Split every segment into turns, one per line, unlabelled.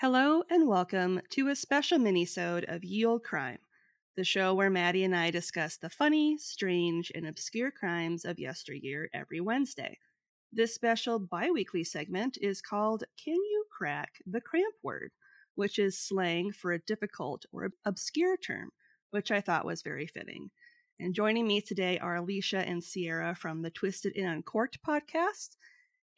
Hello and welcome to a special minisode of Yield Crime, the show where Maddie and I discuss the funny, strange, and obscure crimes of yesteryear every Wednesday. This special bi-weekly segment is called Can You Crack the Cramp Word, which is slang for a difficult or obscure term, which I thought was very fitting. And joining me today are Alicia and Sierra from the Twisted and Uncorked podcast,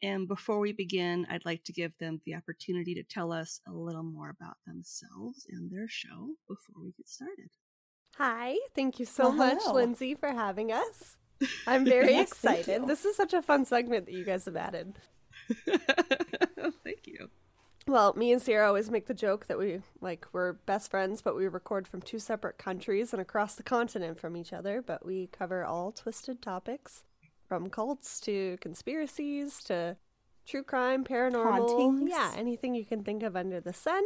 and before we begin, I'd like to give them the opportunity to tell us a little more about themselves and their show before we get started.
Hi, thank you so
Well,
much,
hello.
Lindsay, for having us. I'm very
Yes, thank
excited.
you.
This is such a fun segment that you guys have added.
Thank you.
Well, me and Sierra always make the joke that we like we're best friends, but we record from two separate countries and across the continent from each other, but we cover all twisted topics from cults to conspiracies to true crime, paranormal,
Hauntings.
yeah, anything you can think of under the sun.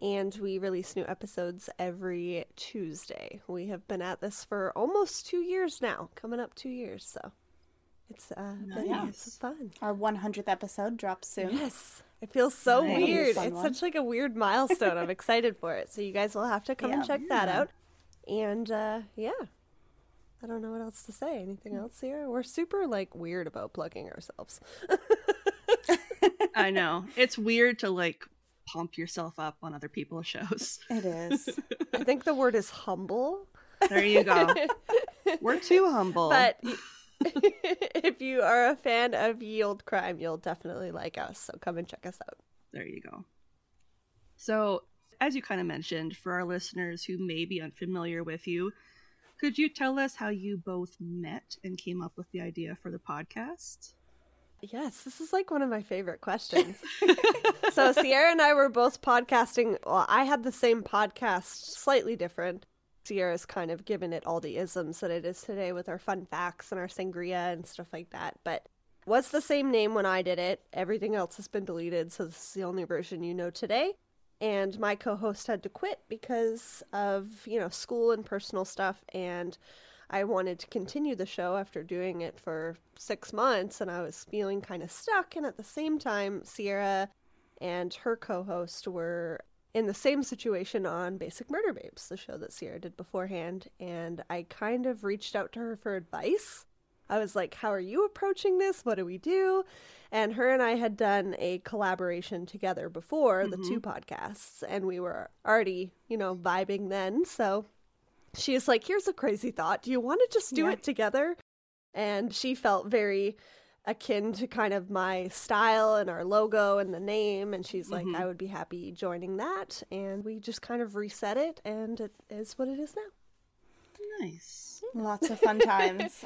And we release new episodes every Tuesday. We have been at this for almost 2 years now, coming up 2 years, so it's uh been lots of
Nice.
fun.
Our 100th episode drops soon.
Yes. It feels so
Nice.
weird.
Fun
It's
one.
such like a weird milestone. I'm excited for it. So you guys will have to come and
Yeah.
check that out. And uh yeah. I don't know what else to say. Anything else here? We're super like weird about plugging ourselves.
I know. It's weird to like pump yourself up on other people's shows.
It is.
I think the word is humble.
There you go. We're too humble.
But y- if you are a fan of Yield Crime, you'll definitely like us. So come and check us out.
There you go. So, as you kind of mentioned, for our listeners who may be unfamiliar with you, could you tell us how you both met and came up with the idea for the podcast?
Yes, this is like one of my favorite questions. so Sierra and I were both podcasting. Well, I had the same podcast, slightly different. Sierra's kind of given it all the isms that it is today with our fun facts and our sangria and stuff like that. But was the same name when I did it. Everything else has been deleted, so this is the only version you know today. And my co-host had to quit because of you know school and personal stuff, and I wanted to continue the show after doing it for six months, and I was feeling kind of stuck. And at the same time, Sierra and her co host were in the same situation on Basic Murder Babes, the show that Sierra did beforehand. And I kind of reached out to her for advice. I was like, How are you approaching this? What do we do? And her and I had done a collaboration together before the two podcasts, and we were already, you know, vibing then. So she is like, Here's a crazy thought. Do you want to just do
Yeah.
it together? And she felt very akin to kind of my style and our logo and the name. And she's
Mhm.
like, I would be happy joining that. And we just kind of reset it, and it is what it is now.
Nice.
Lots of fun times.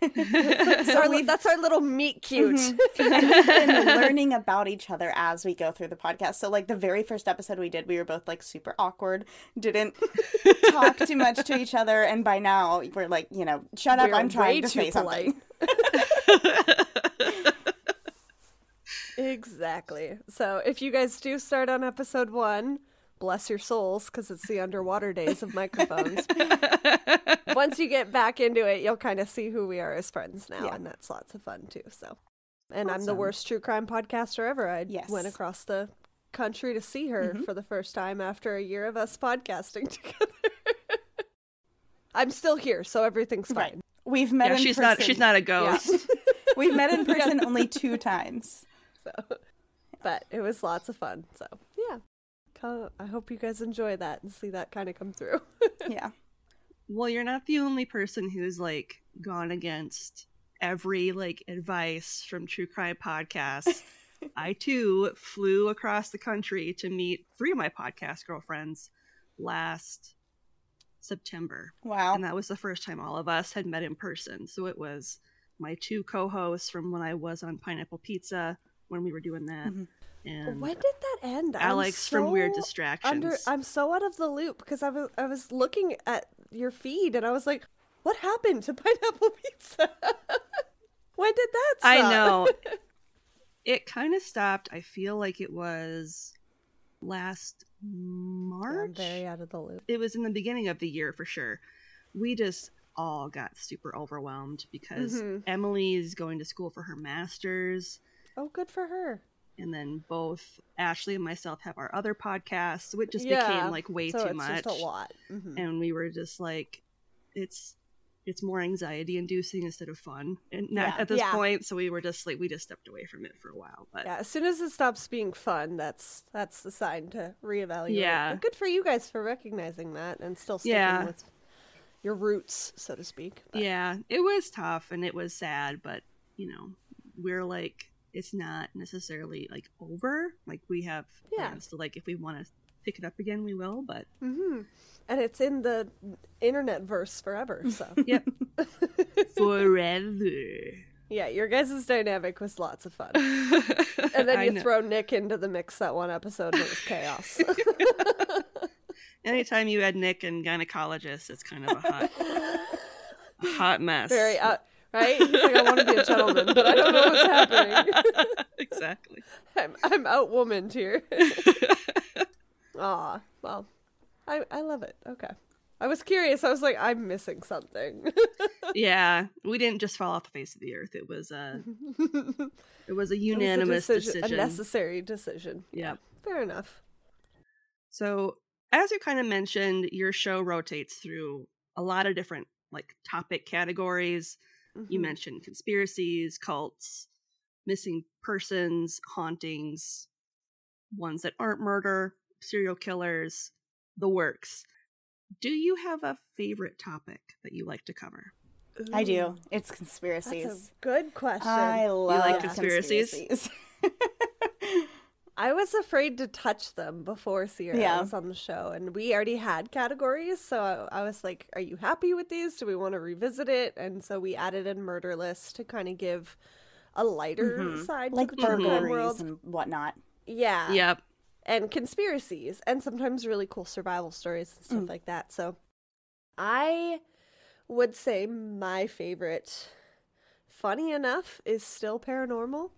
That's, our, that's our little meet cute.
and we've been learning about each other as we go through the podcast. So, like the very first episode we did, we were both like super awkward, didn't talk too much to each other, and by now we're like, you know, shut up,
We're
I'm
way
trying to
too
say something.
Exactly. So if you guys do start on episode one, bless your souls, because it's the underwater days of microphones. Once you get back into it, you'll kind of see who we are as friends now,
Yeah.
and that's lots of fun too. So, and I'm the worst true crime podcaster ever. I
Yes. Mm-hmm.
went across the country to see her for the first time after a year of us podcasting together. I'm still here, so everything's fine.
Right. We've met
Yeah,
in
she's
person.
not she's not a ghost.
We've met in person only two times.
but it was lots of fun. So yeah, Co- I hope you guys enjoy that and see that kind of come through.
Yeah.
Well, you're not the only person who's like gone against every like advice from true crime podcasts. I too flew across the country to meet three of my podcast girlfriends last September.
Wow.
And that was the first time all of us had met in person. So it was my two co hosts from when I was on Pineapple Pizza when we were doing that.
Mhm.
And
when did that end? I'm
Alex from Weird
so
Distractions.
Under, I'm so out of the loop because I was I was looking at your feed and I was like, what happened to pineapple pizza? when did that? Stop?
I know. it kind of stopped. I feel like it was last
Yeah, I'm
March.
very out of the loop.
it was in the beginning of the year for sure. We just all got super overwhelmed because
Mhm.
Emily's going to school for her master's,
Oh, good for her.
and then both Ashley and myself have our other podcasts, so it just
Yeah,
became like way
so
too
it's
much.
just a lot. Mhm.
And we were just like, it's it's more anxiety inducing instead of fun, and not
Yeah.
at this
Yeah.
point. So we were just like, we just stepped away from it for a while, but.
Yeah, as soon as it stops being fun, that's that's the sign to reevaluate.
Yeah.
But good for you guys for recognizing that and still sticking
Yeah.
with your roots, so to speak. But
Yeah, it was tough and it was sad, but you know, we're like it's not necessarily like over. Like we have
Yeah.
plans to like if we want to pick it up again, we will. But
hmm And it's in the internet verse forever. So
yep, forever.
yeah, your guys' dynamic was lots of fun.
and
And then you throw Nick into the mix that one episode and it was chaos.
anytime you add Nick and gynecologist, it's kind of a hot, a hot mess.
Very out, right? He's like, I want to be a gentleman, but I don't know what's happening.
exactly.
I'm I'm outwomaned here. Aw, well, I I love it. Okay, I was curious. I was like, I'm missing something.
Yeah, we didn't just fall off the face of the earth. It was a
It
Mm-hmm. it was a
was a
unanimous
decision-
decision.
a necessary decision.
Yep.
fair enough.
So, as you kind of mentioned, your show rotates through a lot of different like topic categories. You
Mhm.
mentioned conspiracies, cults, missing persons, hauntings, ones that aren't murder, serial killers, the works. Do you have a favorite topic that you like to cover?
I
Ooh,
do. It's
That's a
conspiracies.
good question.
I love
like conspiracies?
conspiracies.
I was afraid to touch them before Sierra
Yeah.
was on the show, and we already had categories. So I, I was like, "Are you happy with these? Do we want to revisit it?" And so we added in murder list to kind of give a lighter
Mhm.
side
Mm-hmm. like
to the true crime
burglaries
world.
and whatnot.
yeah,
Yep.
and conspiracies, and sometimes really cool survival stories and stuff like that. So I would say my favorite, funny enough, is still paranormal.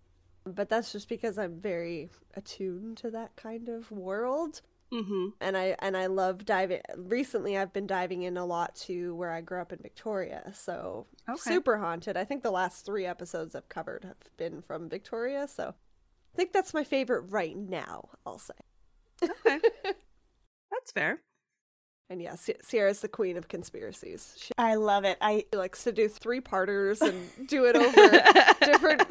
But that's just because I'm very attuned to that kind of world
Mm-hmm.
and I and I love diving. Recently, I've been diving in a lot to where I grew up in Victoria, so
Okay.
super haunted. I think the last three episodes I've covered have been from Victoria, so I think that's my favorite right now. I'll say.
Okay. That's fair.
And yeah, Si- Sierra's the queen of conspiracies. She
I love it. I
likes to do three parters and do it over different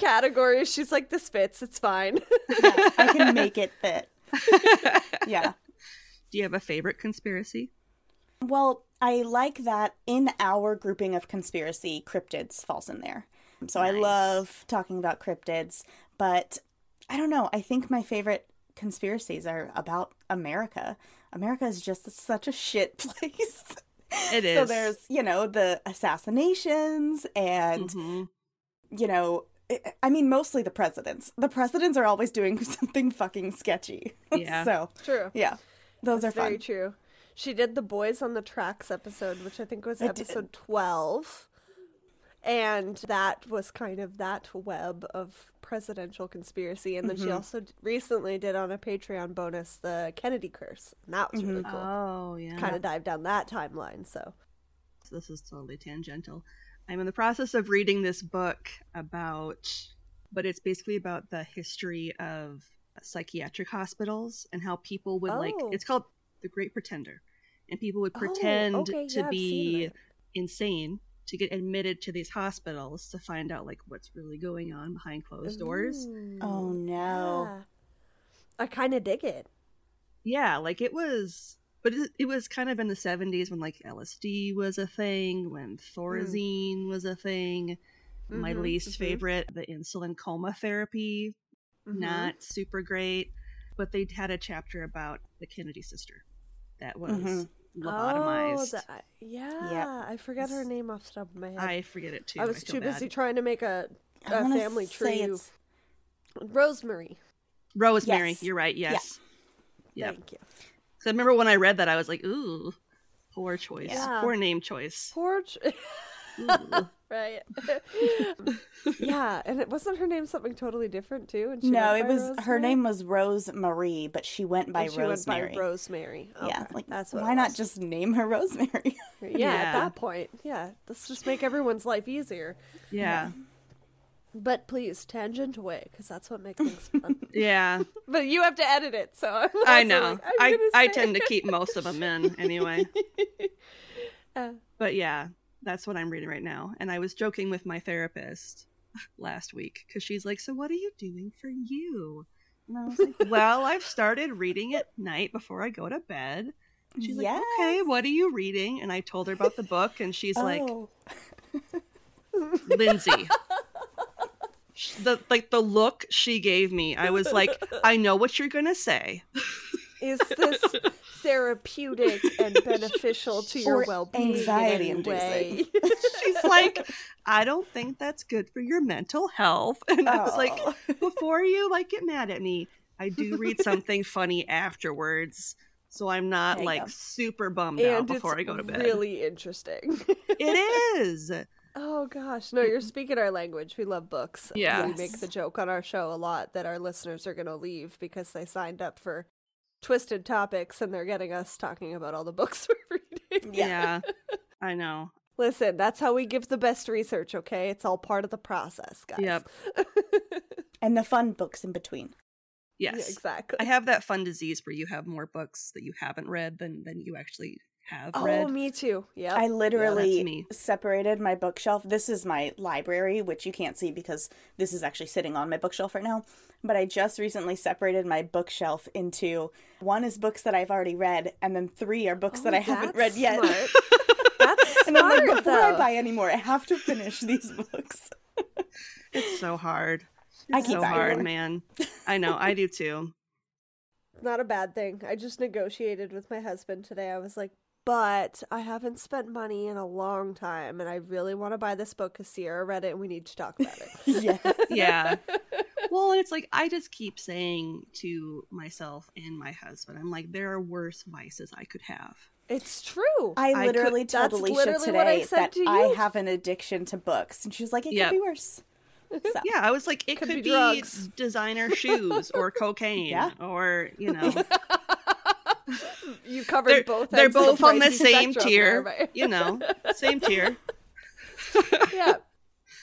categories. She's like, "This fits. It's fine."
yeah, I can make it fit. Yeah.
Do you have a favorite conspiracy?
Well, I like that in our grouping of conspiracy, cryptids falls in there. So I
Nice.
love talking about cryptids, but I don't know. I think my favorite conspiracies are about America. America is just such a shit place.
It is.
So there's, you know, the assassinations and
Mhm.
you know, I- I mean, mostly the presidents. The presidents are always doing something fucking sketchy.
Yeah.
so,
True.
yeah, those
That's
are
very
fun.
true. She did the Boys on the Tracks episode, which I think was
I did.
episode 12. And that was kind of that web of presidential conspiracy. And then she
Mhm.
also d- recently did on a Patreon bonus the Kennedy curse. And that was really cool.
Oh yeah.
kind of dive down that timeline. So,
This is totally tangential. I'm in the process of reading this book about, but it's basically about the history of psychiatric hospitals and how people would like.
Oh.
It's called The Great Pretender, and people would
Oh,
pretend
okay,
to
yeah, I've seen
be
that.
insane to get admitted to these hospitals to find out like what's really going on behind closed doors.
Oh
Ooh,
no.
yeah. I kind of dig it.
yeah like it was but it, it was kind of in the 70s when like lsd was a thing when thorazine was a thing my
Mhm,
least
mhm.
favorite the insulin coma therapy
Mhm.
not super great but they had a chapter about the kennedy sister that was
Mhm.
Mm-hmm.
lobotomized
Oh, the- yeah. I forgot her name off the top of my head.
i forget it too
I was
feel
too busy
bad.
trying to make a,
I
a
wanna
family
say
tree
it's-
Rosemary.
Rosemary,
Yes.
you're right. Yes. Yep.
Thank you.
So I remember when I read that, I was like, ooh, poor choice.
Yeah.
Poor name choice.
Porch.
Ooh.
right. yeah, and it wasn't her name something totally different too. And she
no,
went
it
by
was her
Rosemary?
name was Rose Marie, but she went by
And she
Rosemary.
went by Rosemary.
yeah,
Okay,
like
that's what it
why not
was.
just name her Rosemary?
Yeah, at
Yeah.
that point, yeah, let's just make everyone's life easier.
yeah.
But please tangent away because that's what makes things fun.
Yeah.
but you have to edit it, so I'm
I
also
know.
like, I'm
I,
gonna
I
say-
tend to keep most of them in anyway.
Uh.
but yeah, that's what I'm reading right now. And I was joking with my therapist last week because she's like, So what are you doing for you? And I was like, Well, I've started reading at night before I go to bed. She's like, Okay,
Yes.
what are you reading? And I told her about the book, and she's like,
Oh.
Lindsay. Sh- The like the look she gave me, I was like, I know what you're gonna say.
Is this therapeutic and beneficial to your
Or
well-being? in any
anxiety-inducing.
way?
She's like, I don't think that's good for your mental health. And I was like,
Oh.
before you like get mad at me, I do read something funny afterwards, so I'm not
There you
like
go.
super bummed out
and
before
it's
I go to bed.
really interesting.
It is.
Oh gosh, no, you're speaking our language. We love books.
Yeah.
We make
Yes.
the joke on our show a lot that our listeners are going to leave because they signed up for twisted topics and they're getting us talking about all the books we're reading.
Yeah.
yeah. I know.
Listen, that's how we give the best research, okay? It's all part of the process, guys.
Yep.
And the fun books in between.
Yeah,
Yes.
exactly.
I have that fun disease where you have more books that you haven't read than than you actually have
oh,
read.
me too. Yep.
I
that's
literally
me.
separated my bookshelf. This is my library, which you can't see because this is actually sitting on my bookshelf right now. But I just recently separated my bookshelf into one is books that I've already read, and then three are books that
Oh,
I haven't read
that's
yet.
smart. That's
And I'm
smart,
like, before I
though.
buy any more, I have to finish these books.
It's so hard.
I
It's
keep
so
buying
hard,
more.
man. I know. I do too.
not a bad thing. I just negotiated with my husband today. I was like, but I haven't spent money in a long time, and I really want to buy this book because Sierra read it, and we need to talk about it.
yes.
Yeah. Well, and it's like I just keep saying to myself and my husband, I'm like, there are worse vices I could have.
it's true.
I
could-
literally told
that's
Alicia
literally
today
what I said
that
to you.
I have an addiction to books, and she's like, "It
Yep.
could be worse." So,
Yeah, I was like, it could,
Could be
be,
drugs.
designer shoes or cocaine
Yeah.
or you know,
You covered
they're
both.
they're
ends of
both on the
pricey
same
spectrum
tier.
there, right?
You know, same tier.
yeah.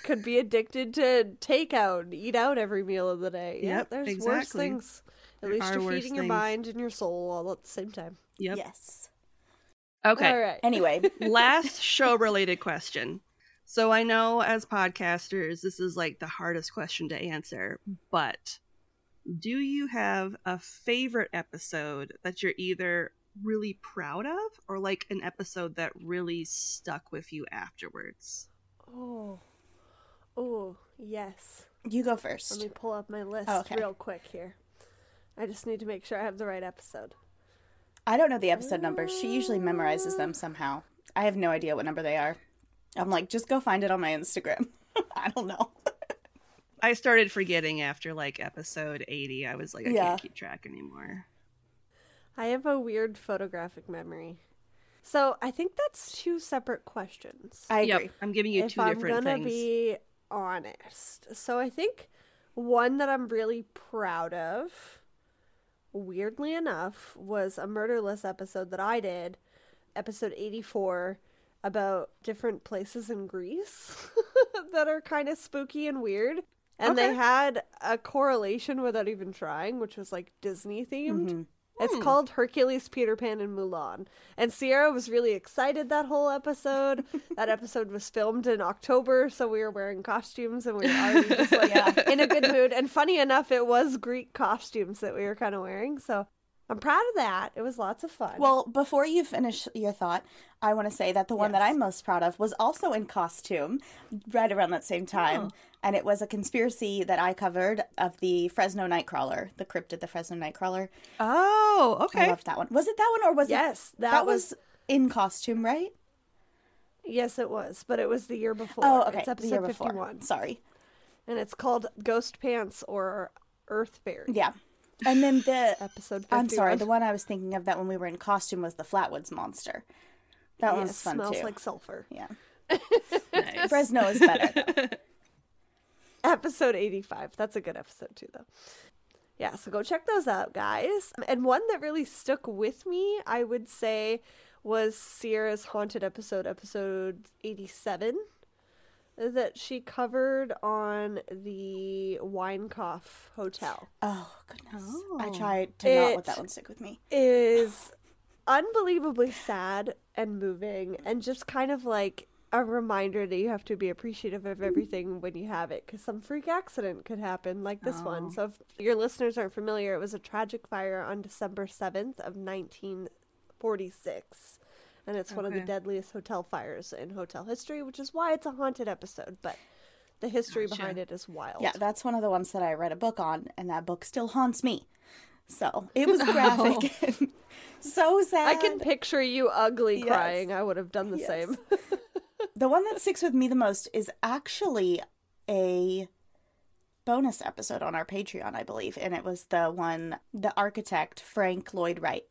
Could be addicted to takeout and eat out every meal of the day. Yeah,
Yep,
there's worse
exactly.
things. At
There
least
are
you're
worse
feeding your
things.
mind and your soul all at the same time.
Yep.
Yes.
Okay.
All right.
Anyway,
last show related question. So I know as podcasters, this is like the hardest question to answer, but do you have a favorite episode that you're either really proud of or like an episode that really stuck with you afterwards?
Oh. Oh, yes.
you go
Let
first.
me pull up my list
Oh, okay.
real quick here. I just need to make sure I have the right episode.
I don't know the episode numbers. She usually memorizes them somehow. I have no idea what number they are. I'm like, just go find it on my Instagram. I don't know.
I started forgetting after like episode 80. I was like, I
Yeah.
can't keep track anymore.
I have a weird photographic memory. So I think that's two separate questions.
I
Yep,
agree.
I'm giving you
if
2
I'm
different
gonna
things.
be honest. So I think one that I'm really proud of, weirdly enough, was a murderless episode that I did, episode 84, about different places in Greece that are kind of spooky and weird. And they
Okay.
had a correlation without even trying, which was like Disney themed.
Mhm.
It's
Hmm.
called Hercules, Peter Pan, and Mulan. And Sierra was really excited that whole episode. that episode was filmed in October, so we were wearing costumes and we were already just like
Yeah.
in a good mood. And funny enough, it was Greek costumes that we were kind of wearing. So I'm proud of that. It was lots of fun.
Well, before you finish your thought, I want to say that the one that
Yes.
I'm most proud of was also in costume right around that same time.
Oh.
And it was a conspiracy that I covered of the Fresno Nightcrawler, the cryptid, the Fresno Nightcrawler.
oh, okay.
I loved that one. Was it that one or was it?
yes, that,
That,
was,
was in costume, right?
yes, it was, but it was the year before.
Oh, okay.
It's
The
episode
year before.
51,
Sorry.
and it's called Ghost Pants or Earth Fairy.
Yeah. And then the
Episode 51.
I'm sorry, the one I was thinking of that when we were in costume was the Flatwoods monster. That one
Yeah,
was fun
smells
too.
like sulfur.
yeah.
Nice.
Fresno is better. though.
Episode 85. That's a good episode too though. Yeah, so go check those out, guys. And one that really stuck with me, I would say, was Sierra's Haunted episode, episode 87, that she covered on the Winecoff Hotel.
oh goodness. I
Oh.
tried to not let that
It-
one stick with me.
is unbelievably sad and moving and just kind of like a reminder that you have to be appreciative of everything when you have it because some freak accident could happen like this one so if your listeners aren't familiar it was a tragic fire on december 7th of 1946 and it's one of the
Okay.
deadliest hotel fires in hotel history which is why it's a haunted episode but the history behind it is wild
Yeah, that's one of the ones that I read a book on, and that book still haunts me. So it was graphic. and so sad.
Oh. i can picture you ugly
Yes.
crying i would have done the
Yes.
same
The one that sticks with me the most is actually a bonus episode on our Patreon, I believe, and it was the one the architect Frank Lloyd Wright.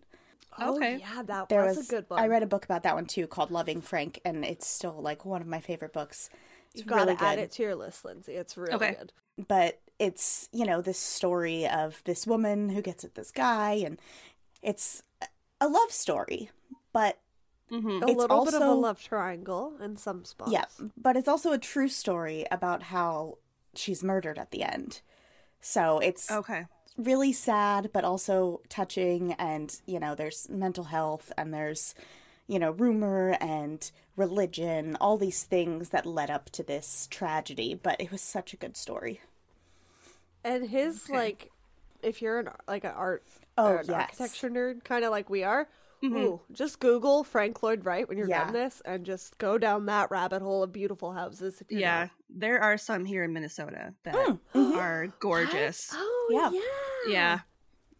Okay.
Oh, yeah, that
There
was,
was
a good one.
I read a book about that one too called Loving Frank, and it's still like one of my favorite books. It's
You gotta
really
add
good.
it to your list, Lindsay. It's really
Okay.
good.
but it's you know this story of this woman who gets at this guy and it's a love story but
hmm
A
It's
little bit of a
also-
love triangle in some spots.
yeah but it's also a true story about how she's murdered at the end so it's
Okay.
really sad but also touching and you know there's mental health and there's you know rumor and religion all these things that led up to this tragedy but it was such a good story
And his
Okay.
like, if you're an like an art
Oh,
or an
yes.
architecture nerd, kind of like we are.
Mhm.
Ooh, just Google Frank Lloyd Wright when you're
Yeah.
done this, and just go down that rabbit hole of beautiful houses. If you're
Yeah,
not.
there are some here in Minnesota that
Hmm,
mhm.
mm-hmm.
are gorgeous.
What? Oh
Yeah.
yeah.
Yeah.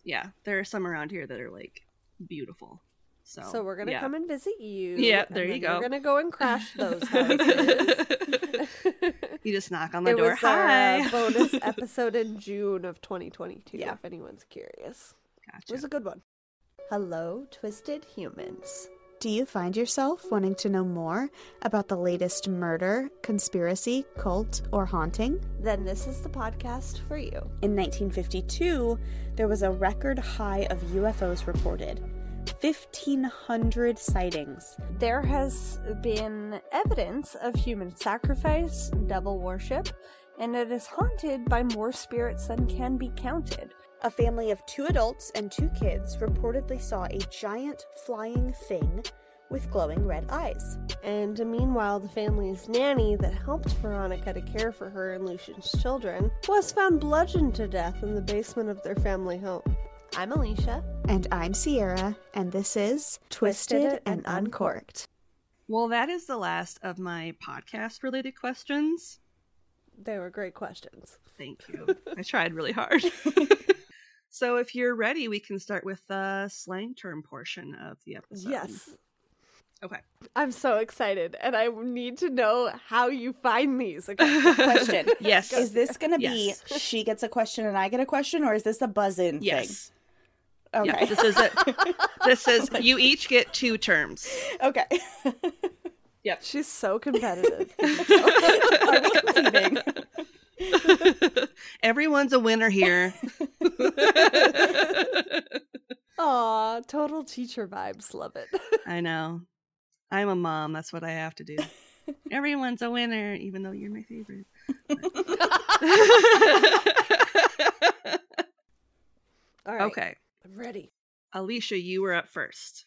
Yeah, there are some around here that are like beautiful. So
So we're gonna
yeah.
come and visit you.
Yeah,
and
there
then
you go.
We're gonna go and crash those houses.
you just knock on the door.
was
Hi.
our uh, bonus episode in June of 2022,
Yeah.
if anyone's curious. It was
Gotcha.
a good one. Hello, Twisted Humans.
Do you find yourself wanting to know more about the latest murder, conspiracy, cult, or haunting?
Then this is the podcast for you.
In 1952, there was a record high of UFOs reported 1,500 sightings.
There has been evidence of human sacrifice, devil worship, and it is haunted by more spirits than can be counted.
A family of two adults and two kids reportedly saw a giant flying thing with glowing red eyes.
And meanwhile, the family's nanny that helped Veronica to care for her and Lucian's children was found bludgeoned to death in the basement of their family home. I'm Alicia.
And I'm Sierra, and this is
Twisted
Twisted,
and
and Uncorked.
Well, that is the last of my podcast related questions.
They were great questions.
Thank you. I tried really hard. so if you're ready, we can start with the slang term portion of the episode.
Yes.
Okay.
I'm so excited, and I need to know how you find these. Okay.
question
Yes.
Is this going to be
Yes.
she gets a question and I get a question, or is this a buzz in
yes.
thing?
Yeah,
Okay.
this is it. This is you each get two terms.
okay.
She's so competitive.
Everyone's a winner here.
Aw, total teacher vibes. Love it.
I know. I'm a mom. That's what I have to do. Everyone's a winner, even though you're my favorite.
All right.
okay.
I'm ready.
Alicia, you were up first.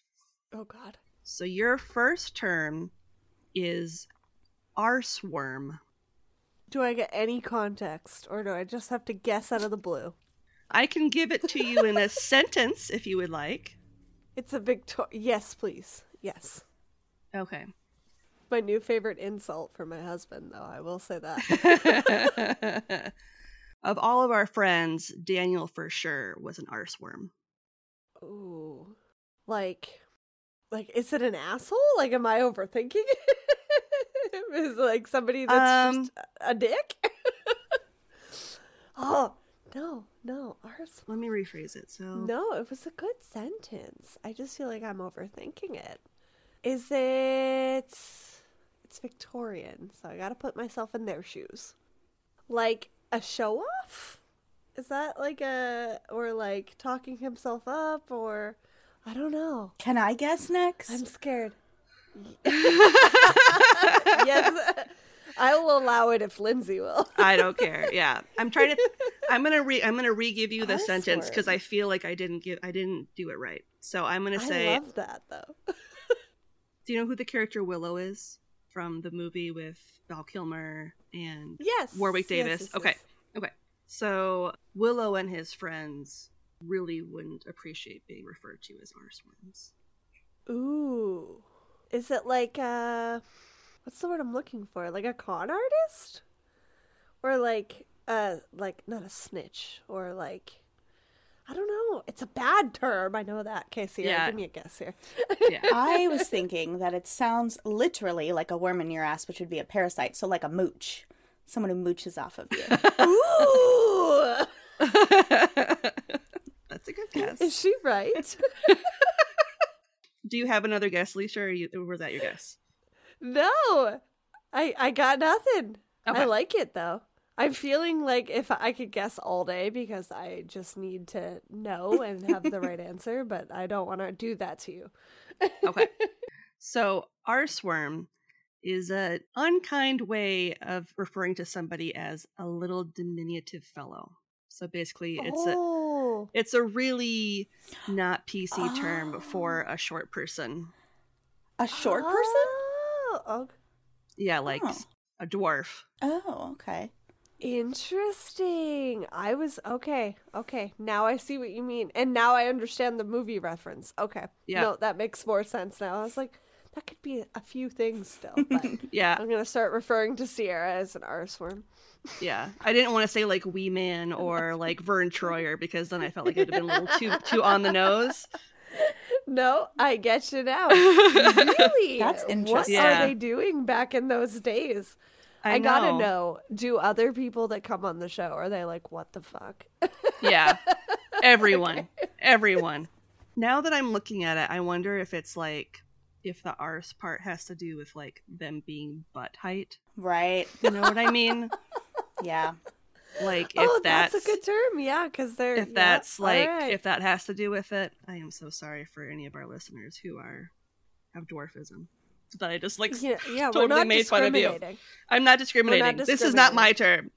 Oh, God.
So your first term is arseworm.
Do I get any context, or do I just have to guess out of the blue?
I can give it to you in a sentence if you would like.
It's a Victor. Yes, please. Yes.
Okay.
My new favorite insult for my husband, though. I will say that.
of all of our friends, Daniel for sure was an arseworm.
Ooh. Like, like, is it an asshole? Like, am I overthinking? it? is like somebody that's
Um,
just a dick? oh, No, no, ours.
Let me rephrase it. So
Um,
No, it was a good sentence. I just feel like I'm overthinking it. Is it. It's Victorian, so I gotta put myself in their shoes. Like a show off? Is that like a. Or like talking himself up, or. I don't know.
Can I guess next?
I'm scared. yes. I will allow it if Lindsay will.
I don't care. Yeah, I'm trying to. I'm gonna re. I'm gonna re-give you the
Cuss
sentence because
word.
I feel like I didn't give. I didn't do it right. So I'm gonna
I
say.
love that though.
do you know who the character Willow is from the movie with Val Kilmer and
Yes.
Warwick
yes,
Davis?
yes,
Okay.
yes.
So Willow and his friends really wouldn't appreciate being referred to as arse worms.
Ooh. Is it like uh what's the word I'm looking for? Like a con artist? Or like uh like not a snitch or like I don't know. It's a bad term. I know that. Okay, Sierra,
Yeah.
give me a guess here.
Yeah.
I was thinking that it sounds literally like a worm in your ass, which would be a parasite. So, like a mooch, someone who mooches off of you.
Ooh.
That's a good guess.
Is she right?
Do you have another guess, Leisha, or, you, or was that your guess?
no. I I got nothing. I
Okay.
like it though. I'm feeling like if I could guess all day because I just need to know and have the right answer, but I don't want to do that to you.
Okay. So, arseworm is an unkind way of referring to somebody as a little diminutive fellow. So basically, it's a
oh.
it's a really not PC term
Oh.
for a short person.
A short person?
Oh, okay.
Yeah, like
Oh.
s- a dwarf.
Oh, okay.
interesting. I was okay. Okay, now I see what you mean, and now I understand the movie reference. Okay,
Yeah.
no, that makes more sense now. I was like, that could be a few things still, but
Yeah,
I'm gonna start referring to Sierra as an arseworm.
yeah. I didn't want to say like Wee Man or like Vern Troyer because then I felt like it would have been a little too too on the nose.
No, I get you now. really?
That's
What
interesting.
Yeah.
are they doing back in those days?
I,
gotta know. Do other people that come on the show are they like, what the fuck?
Yeah. Everyone. Everyone. Now that I'm looking at it, I wonder if it's like if the arse part has to do with like them being butt height.
Right.
You know what I mean?
Yeah.
Like if
oh,
that's,
that's, a good term. Yeah, because they're
if
yeah,
that's
all
like
right.
if that has to do with it. I am so sorry for any of our listeners who are have dwarfism. That I just like
yeah, yeah
totally
we're not
made fun of you.
discriminating.
I'm not discriminating. This is not my term.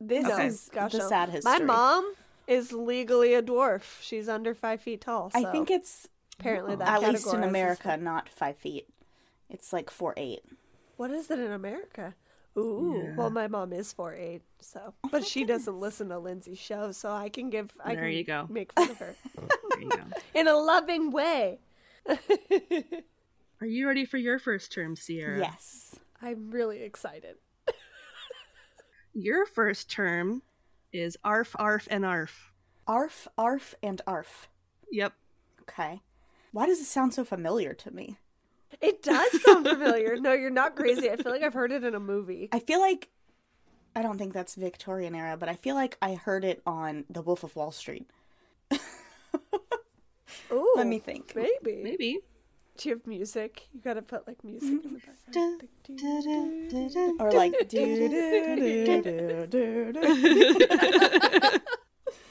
This
Okay.
is
Gosh,
the
oh,
sad history.
My mom is legally a dwarf. She's under five feet tall. So
I think it's
apparently that
at least in
categorizes-
America, not five feet. It's like four eight.
What is it in America? Ooh, well, my mom is four eight, so but she doesn't listen to Lindsay's show, so I can give. I
There
can
you go.
Make fun of her
There you go.
in a loving way.
Are you ready for your first term, Sierra?
Yes.
I'm really excited.
Your first term is arf, arf, and arf.
Arf, arf, and arf.
Yep.
Okay. Why does it sound so familiar to me?
It does sound familiar. No, you're not crazy. I feel like I've heard it in a movie.
I feel like I don't think that's Victorian era, but I feel like I heard it on The Wolf of Wall Street.
Ooh,
Let me think.
Maybe.
Maybe.
Do you have music? You gotta put like music in the background. Ding, ding, ding.
Or like do do do do do.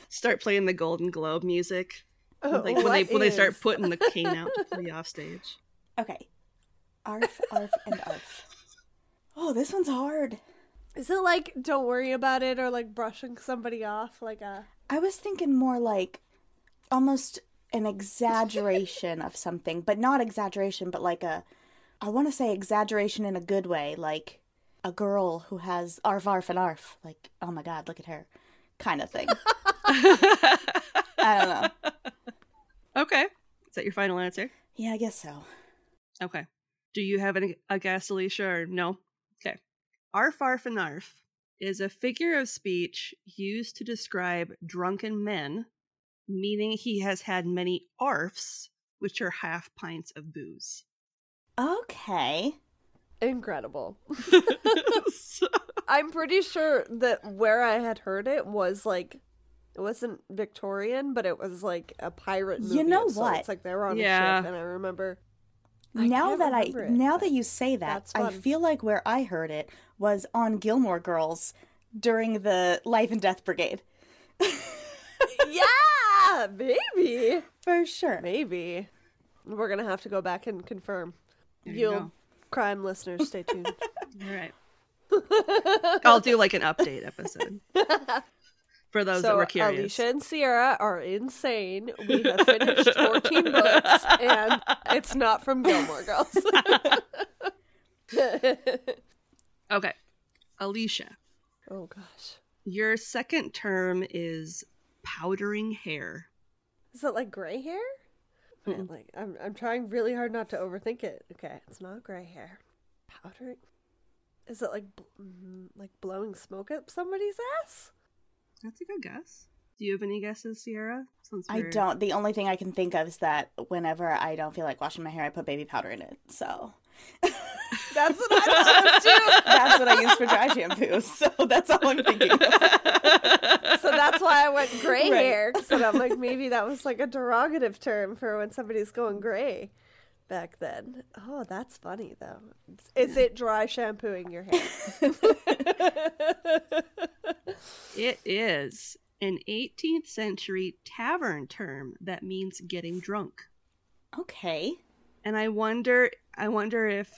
Start playing the Golden Globe music.
Oh,
like when they
what
when they start
is-
putting the cane out to play off stage.
Okay. Arf, arf, and arf. Oh, this one's hard.
Is it like don't worry about it or like brushing somebody off like a
I was thinking more like almost an exaggeration of something, but not exaggeration, but like a I want to say exaggeration in a good way, like a girl who has arf arf and arf, like oh my god, look at her, kind of thing. I don't know.
Okay. Is that your final answer?
Yeah, I guess so.
Okay. Do you have any, a guess, Alicia, or no? Okay. Arf, arf, and arf is a figure of speech used to describe drunken men, meaning he has had many arfs, which are half pints of booze.
Okay.
incredible?
So-
I'm pretty sure that where I had heard it was like It wasn't Victorian, but it was like a pirate movie.
You know
of
what?
sorts. Like they were on a
Yeah.
ship, and I remember. I
now
can't
that I
remember it,
now
but
that you say that,
that's
I
fun.
feel like where I heard it was on Gilmore Girls during the Life and Death Brigade.
yeah, maybe,
For sure.
maybe we're gonna have to go back and confirm.
There you
You'll
go.
crime listeners, stay tuned.
All right. I'll do like an update episode for those that
so
were curious.
Alicia and Sierra are insane. We have finished fourteen books, and it's not from Gilmore Girls.
Okay. Alicia,
oh gosh,
your second term is powdering hair.
is it like gray hair? Okay, like I'm, I'm trying really hard not to overthink it. Okay, it's not gray hair. Powdering. Is it like bl- mm, like blowing smoke up somebody's ass?
That's a good guess. Do you have any guesses, Sierra? Since
I
we're-
don't. The only thing I can think of is that whenever I don't feel like washing my hair, I put baby powder in it. So
That's what I thought.
that's what I use for dry shampoo. So that's all I'm thinking. Of.
so that's why I went gray
Right.
hair. So I'm like, maybe that was like a derogative term for when somebody's going gray back then. Oh, that's funny though. Is it dry shampooing your hair?
It is an 18th century tavern term that means getting drunk.
Okay.
And I wonder I wonder if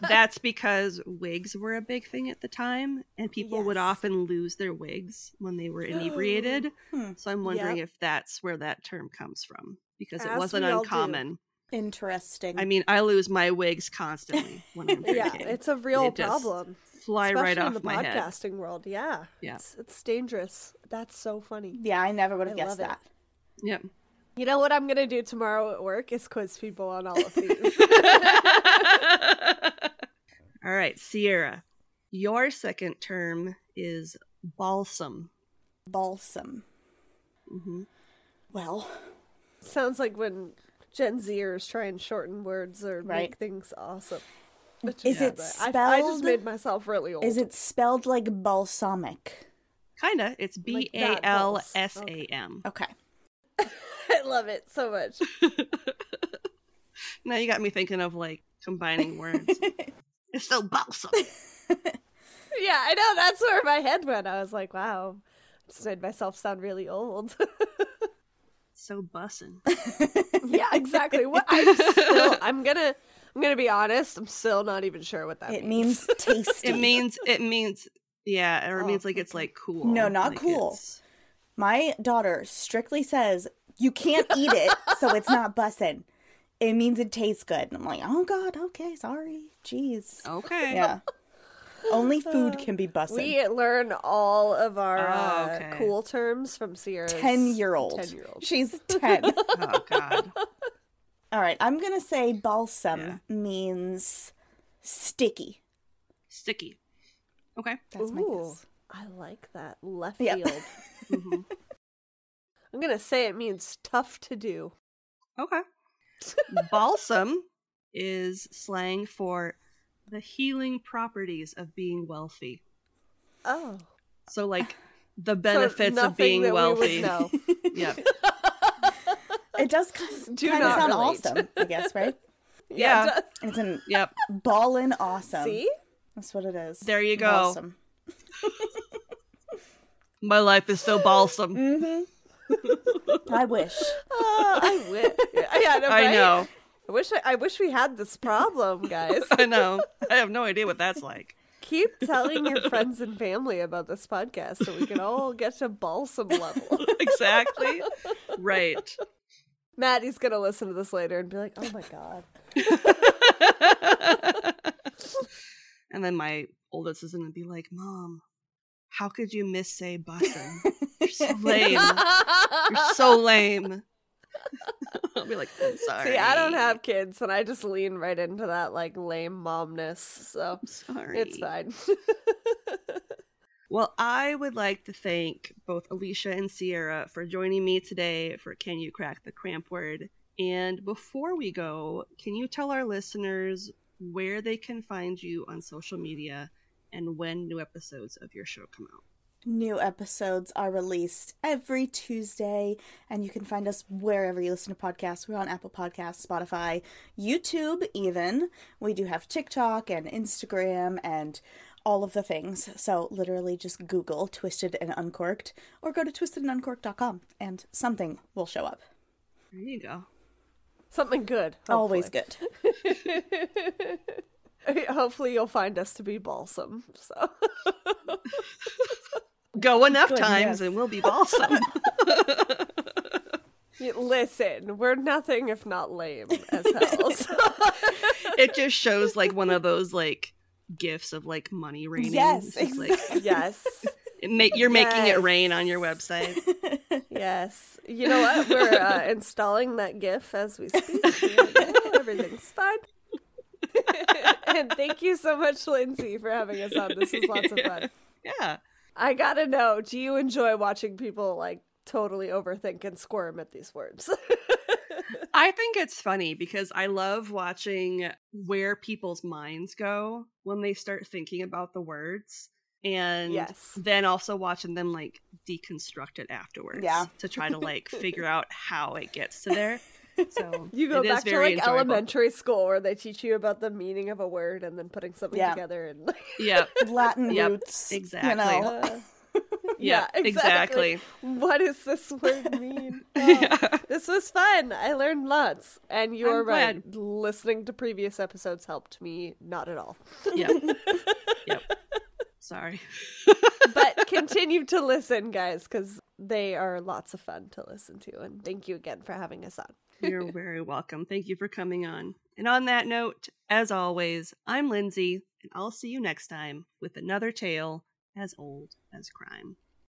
that's because wigs were a big thing at the time and people would
Yes.
often lose their wigs when they were inebriated.
Hmm.
so I'm wondering
Yep.
if that's where that term comes from because it
As
wasn't
we all do.
uncommon.
Interesting.
I mean, I lose my wigs constantly when I'm
yeah,
drinking.
it's a real
just
problem.
fly
Especially
right
in
off
the
my head.
podcasting world. Yeah,
Yeah.
it's, it's dangerous. That's so funny.
yeah, I never would
I
have
love
guessed
it.
that.
Yep.
You know what I'm gonna do tomorrow at work is quiz people on all of these.
All right, Sierra, your second term is balsam.
Balsam.
hmm
Well,
Sounds like when Gen Zers try and shorten words or
Right.
make things awesome. Which
Is it
but I, I just
spelled-
made myself really old.
is it spelled like balsamic?
Kinda. It's B
Like
A
that,
L
balls.
S A M.
Okay.
I love it so much.
Now you got me thinking of like combining words. it's still balsam.
yeah, I know. That's where my head went. I was like, wow, just made myself sound really old.
so bussin.
yeah, exactly. What I'm still, I'm gonna, I'm gonna be honest. I'm still not even sure what that
It
means.
means tasty.
It means it means yeah, or it
Oh,
means like it's like cool.
No, not
Like,
cool.
it's-
My daughter strictly says you can't eat it, so it's not bussin'. It means it tastes good. And I'm like, oh god, okay, sorry, jeez.
Okay.
Yeah. Only
Uh,
food can be bussin'.
We learn all of our
Oh,
uh,
okay.
cool terms from Sierra's
ten year old.
Ten year old.
She's ten.
Oh god.
All right, I'm gonna say balsam
Yeah.
means sticky.
Sticky. Okay.
That's my
Ooh,
guess.
I like that left
Yep.
field.
hmm
I'm gonna say it means tough to do.
Okay. Balsam is slang for the healing properties of being wealthy.
Oh,
So like the
So
benefits of
nothing
being
that we
wealthy.
would know.
Yeah.
It does kind
Do
of
not
sound
relate.
awesome, I guess, right?
Yeah.
duh.
It's an
Yep.
ballin' awesome.
See,
That's what it is.
There you go.
Balsam.
My life is so balsam.
Mm,
I wish.
oh, I wish. Yeah,
I
no, right?
know.
I wish I, I wish we had this problem, guys.
I know. I have no idea what that's like.
Keep telling your friends and family about this podcast so we can all get to balsam level.
exactly. Right.
Maddie's gonna listen to this later and be like, "Oh my god,
And then my oldest is gonna be like, Mom, how could you miss say bussin? You're so lame. You're so lame. I'll be like, I'm sorry.
See, I don't have kids, and I just lean right into that like lame momness, so
I'm sorry.
it's fine.
Well, I would like to thank both Alicia and Sierra for joining me today for Can You Crack the Cramp Word? And before we go, can you tell our listeners where they can find you on social media and when new episodes of your show come out?
New episodes are released every Tuesday, and you can find us wherever you listen to podcasts. We're on Apple Podcasts, Spotify, YouTube, even. We do have TikTok and Instagram and all of the things. So, literally, just Google Twisted and Uncorked or go to twistedanduncorked.com and something will show up.
There you go.
Something good.
Always
hopefully.
good.
hopefully, you'll find us to be balsam. So.
Go enough
Goodness.
times and we'll be balsam.
Y- Listen, we're nothing if not lame as hell. So
it just shows like one of those like gifts of like money raining.
Yes,
It's just, like
yes,
it ma- you're making it rain
Yes.
on your website.
yes. You know what? We're uh, installing that GIF as we speak. Here we go. Everything's fine. and thank you so much, Lindsay, for having us on. This was lots of fun.
Yeah.
I gotta know, do you enjoy watching people like totally overthink and squirm at these words?
I think it's funny because I love watching where people's minds go when they start thinking about the words and
yes.
then also watching them like deconstruct it afterwards
Yeah.
to try to like figure out how it gets to there. So
You go
it is
back to
very
like
enjoyable.
elementary school where they teach you about the meaning of a word and then putting something
Yeah.
together and
Yep.
Latin
Yep,
roots.
exactly.
You know.
Uh,
Yeah, exactly.
What does this word mean? Wow.
Yeah.
This was fun. I learned lots. And you
I'm
are right. Listening to previous episodes helped me not at all.
Yep. Yep. Sorry.
But continue to listen, guys, because they are lots of fun to listen to. And thank you again for having us on.
You're very welcome. Thank you for coming on. And on that note, as always, I'm Lindsay, and I'll see you next time with another tale as old as crime.